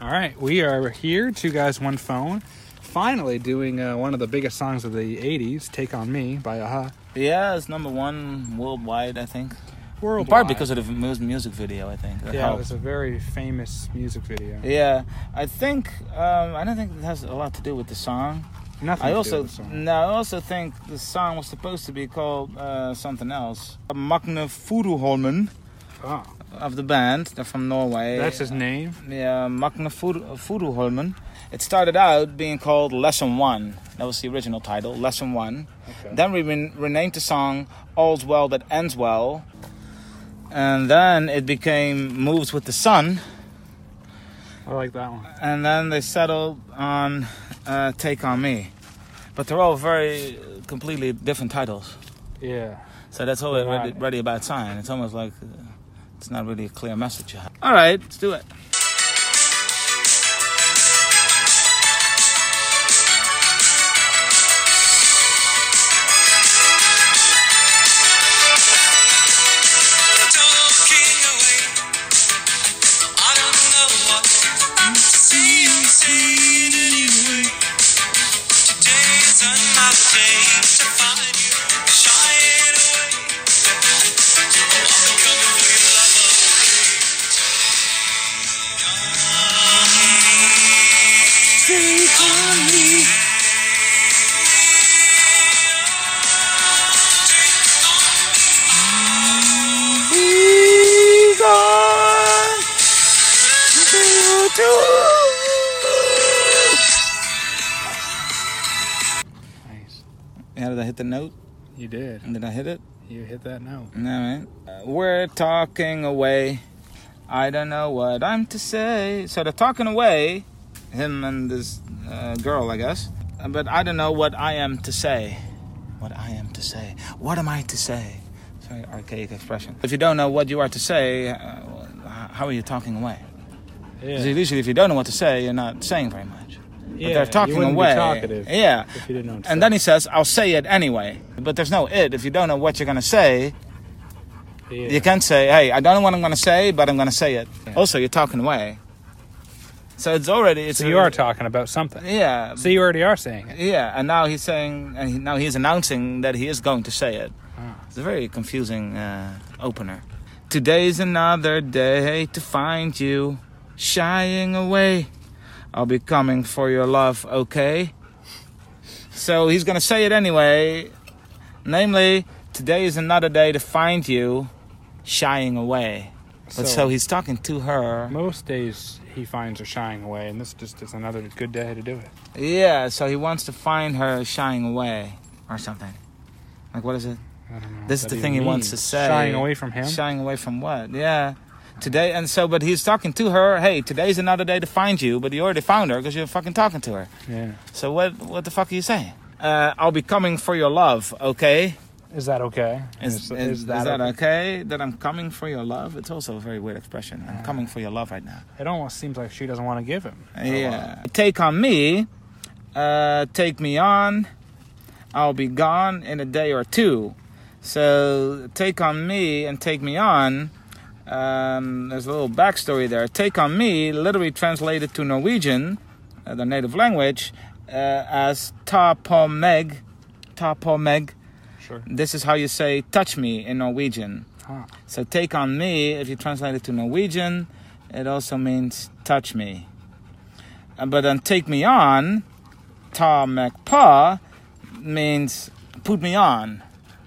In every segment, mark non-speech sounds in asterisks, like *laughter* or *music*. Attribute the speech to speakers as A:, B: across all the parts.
A: All right, we are here, two guys, one phone. Finally, doing uh, one of the biggest songs of the '80s, "Take on Me" by uh, Aha.
B: Yeah, it's number one worldwide, I think.
A: Worldwide.
B: In part because of the mu- music video, I think. That
A: yeah, it
B: helped.
A: was a very famous music video.
B: Yeah, I think um, I don't think it has a lot to do with the song.
A: Nothing.
B: I
A: to do
B: also
A: with the song.
B: no, I also think the song was supposed to be called uh, something else. Magne Furuholmen
A: Oh,
B: of the band, they're from Norway.
A: that's his name.
B: Yeah, Magne Fur- Furuholmen. It started out being called Lesson One. That was the original title, Lesson One.
A: Okay.
B: Then we ren- renamed the song All's Well That Ends Well. And then it became Moves with the Sun.
A: I like that one.
B: And then they settled on uh, Take On Me. But they're all very uh, completely different titles.
A: Yeah.
B: So that's all already,
A: Right.
B: already a bad sign. It's almost like uh, it's not really a clear message you have. All right, let's do it.
A: Nice.
B: Yeah, did I hit the note?
A: You did.
B: Did I hit it?
A: You hit that note.
B: No, man. Uh, We're talking away. I don't know what I'm to say. So they're talking away, him and this uh, girl, I guess. Uh, But I don't know what I am to say. What I am to say. What am I to say? It's a very archaic expression. If you don't know what you are to say, uh, h- how are you talking away?
A: Yeah.
B: 'Cause usually, if you don't know what to say, you're not saying very much.
A: yeah.
B: but they're talking
A: you wouldn't
B: away.
A: Be talkative
B: Yeah.
A: If you didn't know. what to
B: And
A: say.
B: then he says, I'll say it anyway. But there's no it. If you don't know what you're going to say,
A: Yeah.
B: you can't say, hey, I don't know what I'm going to say, but I'm going to say it. Also, you're talking away. So it's already. It's
A: So you are talking about something.
B: Yeah.
A: So you already are saying it.
B: yeah. And now he's saying, and he, now he's announcing that he is going to say it. It's a very confusing uh, opener. Today's another day to find you shying away. I'll be coming for your love, okay? So he's gonna say it anyway. Namely, today is another day to find you shying away. But so, he's talking to her.
A: Most days he finds her shying away, and this just is another good day to do it.
B: Yeah, so he wants to find her shying away or something. Like, what is it?
A: I don't know
B: This is
A: what
B: the thing he wants to
A: means.
B: say.
A: Shying away from him.
B: Shying away from what? Yeah. Today, and so, but he's talking to her. Hey, today's another day to find you, but you already found her because you're fucking talking to her.
A: yeah.
B: So what? What the fuck are you saying? Uh, I'll be coming for your love, okay?
A: Is that okay?
B: Is, is, is that, okay? That I'm coming for your love? It's also a very weird expression. I'm coming for your love right now.
A: It almost seems like she doesn't want to give him. a lot.
B: Yeah. Take on me, uh, take me on. I'll be gone in a day or two. So take on me and take me on. Um, there's a little backstory there. Take on me, literally translated to Norwegian, uh, their native language, uh, as ta på meg, ta på meg.
A: Sure.
B: This is how you say touch me in Norwegian.
A: Huh.
B: So take on me, if you translate it to Norwegian, it also means touch me. Uh, But then take me on, ta meg pa, means put me on,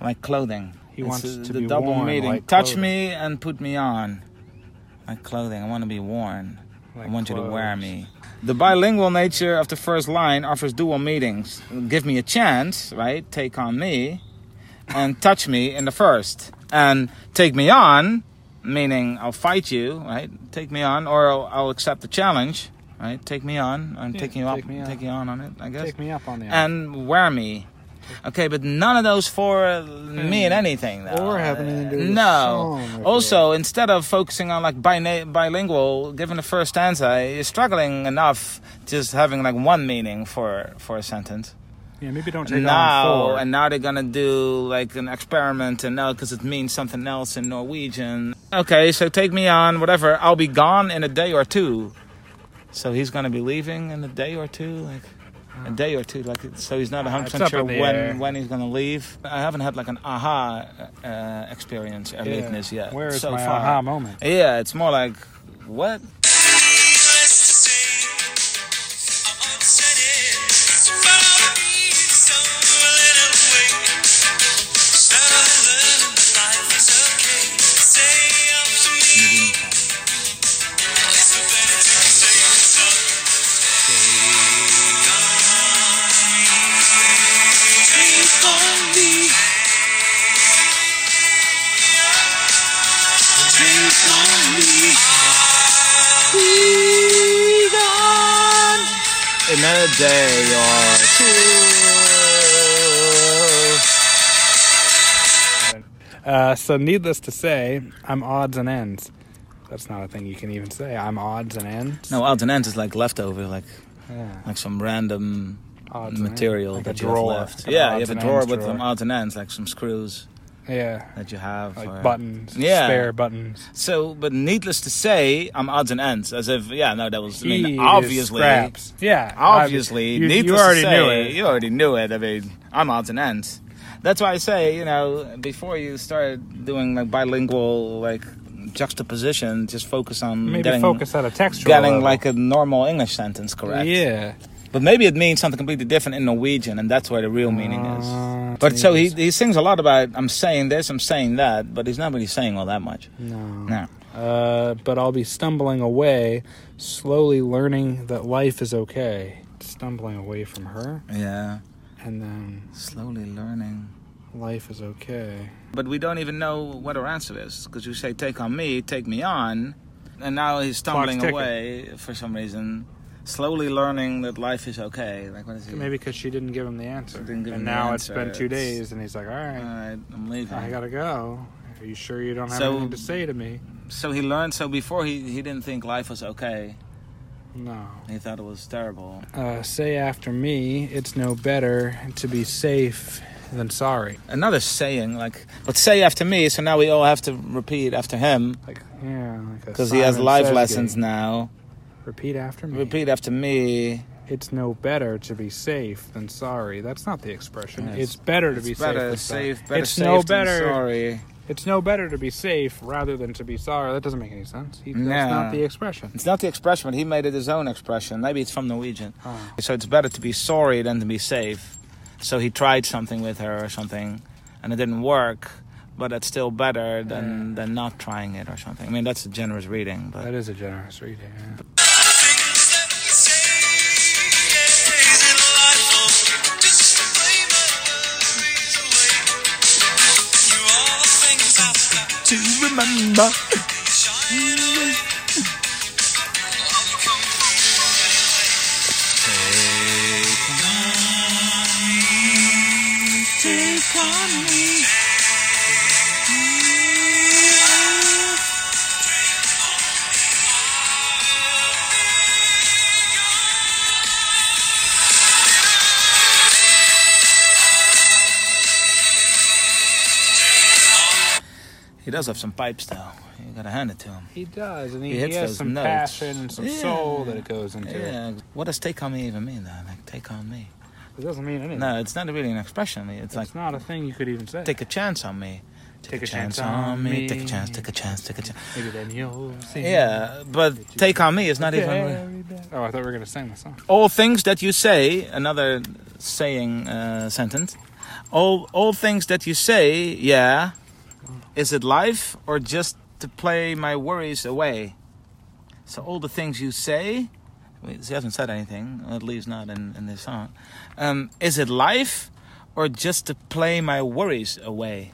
B: like clothing.
A: He wants
B: uh,
A: to
B: the
A: be
B: double
A: worn
B: meaning.
A: like
B: touch
A: clothing.
B: me and put me on, like clothing. I want to be worn. I
A: Like
B: want you to wear
A: clothes.
B: me. The bilingual nature of the first line offers dual meanings. Give me a chance, right? Take on me, and touch me in the first. And take me on, meaning I'll fight you, right? Take me on, or I'll, I'll accept the challenge, right? Take me on. I'm
A: Yeah,
B: taking you
A: take
B: up,
A: me on.
B: taking you on on it, I guess.
A: Take me up on the
B: and wear me. Okay, but none of those four uh,
A: Hmm.
B: mean anything, though.
A: Or have anything to do with the
B: No.
A: song, I
B: also, instead of focusing on like bina- bilingual, given the first stanza, you're struggling enough just having like one meaning for for a sentence.
A: yeah, maybe don't take on
B: Now
A: four.
B: and now they're gonna do like an experiment, and now because it means something else in Norwegian. Okay, so take me on, whatever. I'll be gone in a day or two. So he's gonna be leaving in a day or two, like a day or two, like so he's not
A: it's
B: 100%
A: up
B: sure
A: in the air.
B: when when he's gonna leave. I haven't had like an aha uh, experience at Leibniz yet.
A: Where is
B: so
A: my
B: far.
A: aha moment?
B: Yeah, it's more like what? In a day or two.
A: Uh, so, needless to say, I'm odds and ends. That's not a thing you can even say. I'm odds and ends.
B: No, odds and ends is like leftover, like
A: Yeah.
B: like some random
A: Odds and
B: material
A: ends. Like a
B: that you
A: drawer.
B: have left.
A: An
B: yeah, you
A: odds
B: have a
A: and
B: drawer
A: ends
B: with some
A: drawer.
B: odds and ends, like some screws
A: Yeah.
B: that you have.
A: Like
B: or-
A: buttons.
B: Yeah.
A: Spare buttons.
B: So, but needless to say, I'm odds and ends. As if, yeah, no, that was. I
A: He is
B: mean, obviously,
A: Scraps. Yeah.
B: obviously,
A: you,
B: needless
A: you already
B: to say,
A: knew it.
B: You already knew it. I mean, I'm odds and ends. That's why I say, you know, before you start doing like bilingual like juxtaposition, just focus on
A: Maybe
B: getting,
A: focus on a textual
B: getting
A: level.
B: like a normal English sentence correct.
A: Yeah.
B: But maybe it means something completely different in Norwegian, and that's where the real meaning
A: Ah,
B: is. But so he,
A: jeez.
B: he sings a lot about I'm saying this, I'm saying that, but he's not really saying all that much.
A: No.
B: No.
A: Uh, but I'll be stumbling away, slowly learning that life is okay. Stumbling away from her,
B: Yeah.
A: and then
B: Slowly learning.
A: life is okay.
B: But we don't even know what her answer is because you say "take on me, take me on," and now he's stumbling
A: ticking.
B: away for some reason, slowly learning that life is okay. Like what is he?
A: Maybe because she didn't give him the answer.
B: Didn't give
A: and
B: him the
A: now
B: answer,
A: it's been two
B: it's-
A: days, and he's like, all
B: All
A: right,
B: right, I'm leaving.
A: I gotta go. Are you sure you don't have
B: So-
A: anything to say to me?
B: So he learned. So before he he didn't think life was okay.
A: No.
B: He thought it was terrible.
A: Uh, say after me, it's no better to be safe than sorry.
B: Another saying like, "But say after me." So now we all have to repeat after him
A: Like, yeah, like a
B: because he has
A: Simon
B: life
A: Says
B: lessons
A: game.
B: now.
A: Repeat after me.
B: Repeat after me.
A: It's no better to be safe than sorry. That's not the expression.
B: Yes.
A: It's better to be
B: Better
A: safe. than
B: safe.
A: sorry.
B: Better
A: it's
B: safe
A: no
B: than
A: better.
B: sorry.
A: It's no better to be safe rather than to be sorry. That doesn't make any sense. He, that's
B: No.
A: not the expression.
B: It's not the expression, but he made it his own expression. Maybe it's from Norwegian.
A: Ah.
B: So it's better to be sorry than to be safe. So he tried something with her or something, and it didn't work. But it's still better
A: Mm.
B: than, than not trying it or something. I mean, that's a generous reading, but
A: That is a generous reading. yeah.
B: to remember. He does have some pipes, though. You gotta hand it to him.
A: He does, and he,
B: He
A: he
B: hits
A: has
B: those
A: some
B: notes.
A: passion and some
B: Yeah.
A: soul that it goes into. it.
B: Yeah. What does "take on me" even mean, though? Like "take on me."
A: It doesn't mean anything.
B: No, it's not really an expression. It's
A: it's
B: like
A: not a thing you could even say.
B: take a chance on me.
A: Take a chance on me.
B: Take a chance. Take a chance. Take a chance.
A: Maybe then you'll see.
B: Yeah, but take on me is not even.
A: Oh, I thought we were gonna sing the song.
B: All things that you say. Another saying uh, sentence. All all things that you say. Yeah. Is it life or just to play my worries away? So all the things you say. Wait, She hasn't said anything. At least not in in this song. Um, is it life or just to play my worries away?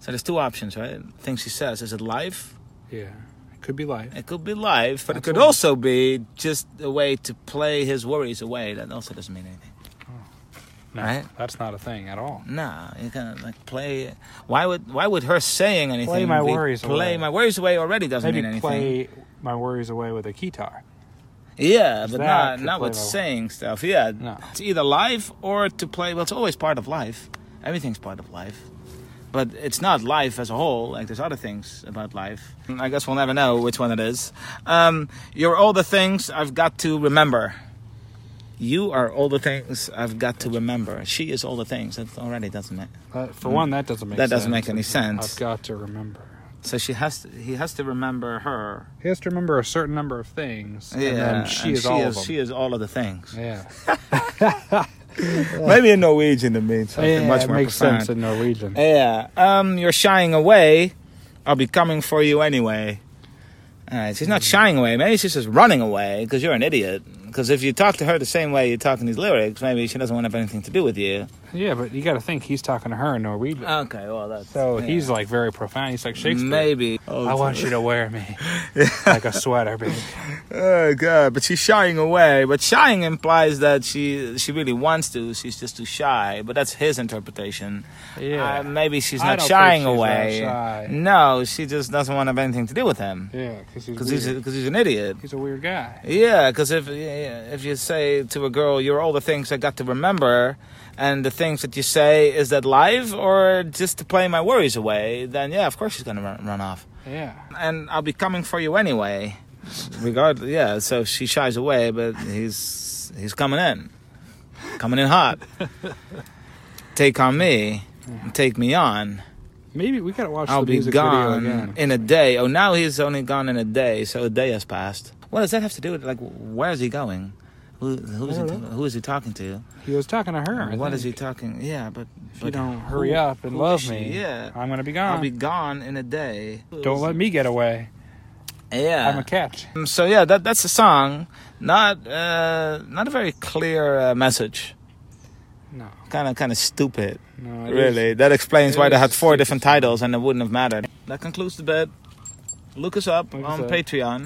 B: So there's two options, right? Things she says. Is it life
A: Yeah, it could be life.
B: it could be live, but it could
A: Absolutely.
B: also be just a way to play his worries away. That also doesn't mean anything.
A: No,
B: Right.
A: That's not a thing at all.
B: Nah, you kind of like play. Why would why would her saying
A: Play
B: anything?
A: my
B: be-
A: worries
B: Play
A: away.
B: my worries away already doesn't
A: Maybe
B: mean anything.
A: play my worries away with a guitar.
B: yeah,
A: Is
B: but
A: that
B: not
A: to
B: not
A: play
B: with
A: my-
B: saying stuff. Yeah,
A: No.
B: it's either live or to play. Well, it's always part of life. Everything's part of life. But it's not life as a whole. Like there's other things about life. Mm, I guess we'll never know which one it is. Um, you're all the things I've got to remember. You are all the things I've got to remember. She is all the things. That already doesn't make.
A: That, for one, that doesn't make
B: Mm. That
A: sense.
B: doesn't make any sense.
A: I've got to remember.
B: So she has. To, he has to remember her.
A: He has to remember a certain number of things. And then she
B: and
A: is all
B: is,
A: of them.
B: She is all of the things. *laughs*
A: yeah.
B: Maybe in Norwegian it means something
A: yeah
B: much
A: it
B: more
A: makes
B: profound.
A: sense in Norwegian.
B: Yeah. Um, you're shying away. I'll be coming for you anyway. Alright, she's not shying away. Maybe she's just running away because you're an idiot. Because if you talk to her the same way you talk in these lyrics, maybe she doesn't want to have anything to do with you.
A: Yeah, but you got to think he's talking to her in Norwegian.
B: Okay, well that's
A: so
B: Uh, yeah.
A: he's like very profound. He's like Shakespeare.
B: maybe.
A: I want you to wear
B: *laughs*
A: me like a sweater, baby.
B: Oh god, but she's shying away. But shying implies that she she really wants to. She's just too shy. But that's his interpretation.
A: Yeah.
B: Uh, maybe she's
A: I
B: not
A: don't
B: shying
A: think she's that
B: away.
A: shy.
B: No, she just doesn't want to have anything to do with him
A: yeah, because he's,
B: because he's
A: weird.
B: because he's an idiot.
A: he's a weird guy.
B: Yeah, because if yeah, if you say to a girl, "You're all the things I got to remember," and the things that you say is that live or just to play my worries away, then yeah, of course she's gonna run, run off.
A: Yeah.
B: And I'll be coming for you anyway. Regardless, yeah. So she shies away, but he's he's coming in, coming in hot. Take on me, take me on.
A: Maybe we got to watch
B: I'll
A: the
B: be
A: music video
B: gone
A: again.
B: in a day. Oh, now he's only gone in a day, so a day has passed. What does that have to do with like where is he going? Who who is
A: I
B: he,
A: don't
B: who is he talking to?
A: He was talking to her. I
B: What
A: think.
B: is he talking? Yeah, but
A: If
B: but
A: you don't
B: who-
A: hurry up and
B: who
A: love
B: is she?
A: me,
B: Yeah.
A: I'm gonna be
B: I'll
A: gone.
B: be gone in a day.
A: Don't let me get away. I'm
B: Yeah.
A: a catch.
B: Um, So yeah, that that's a song. Not uh, not a very clear uh, message.
A: No,
B: Kind of kind of stupid.
A: no, it is-
B: Really, that explains
A: it
B: why they
A: is
B: had four
A: stupid
B: different
A: song.
B: titles and it wouldn't have mattered. That concludes the bit. Look us up
A: Look us
B: on
A: up.
B: Patreon.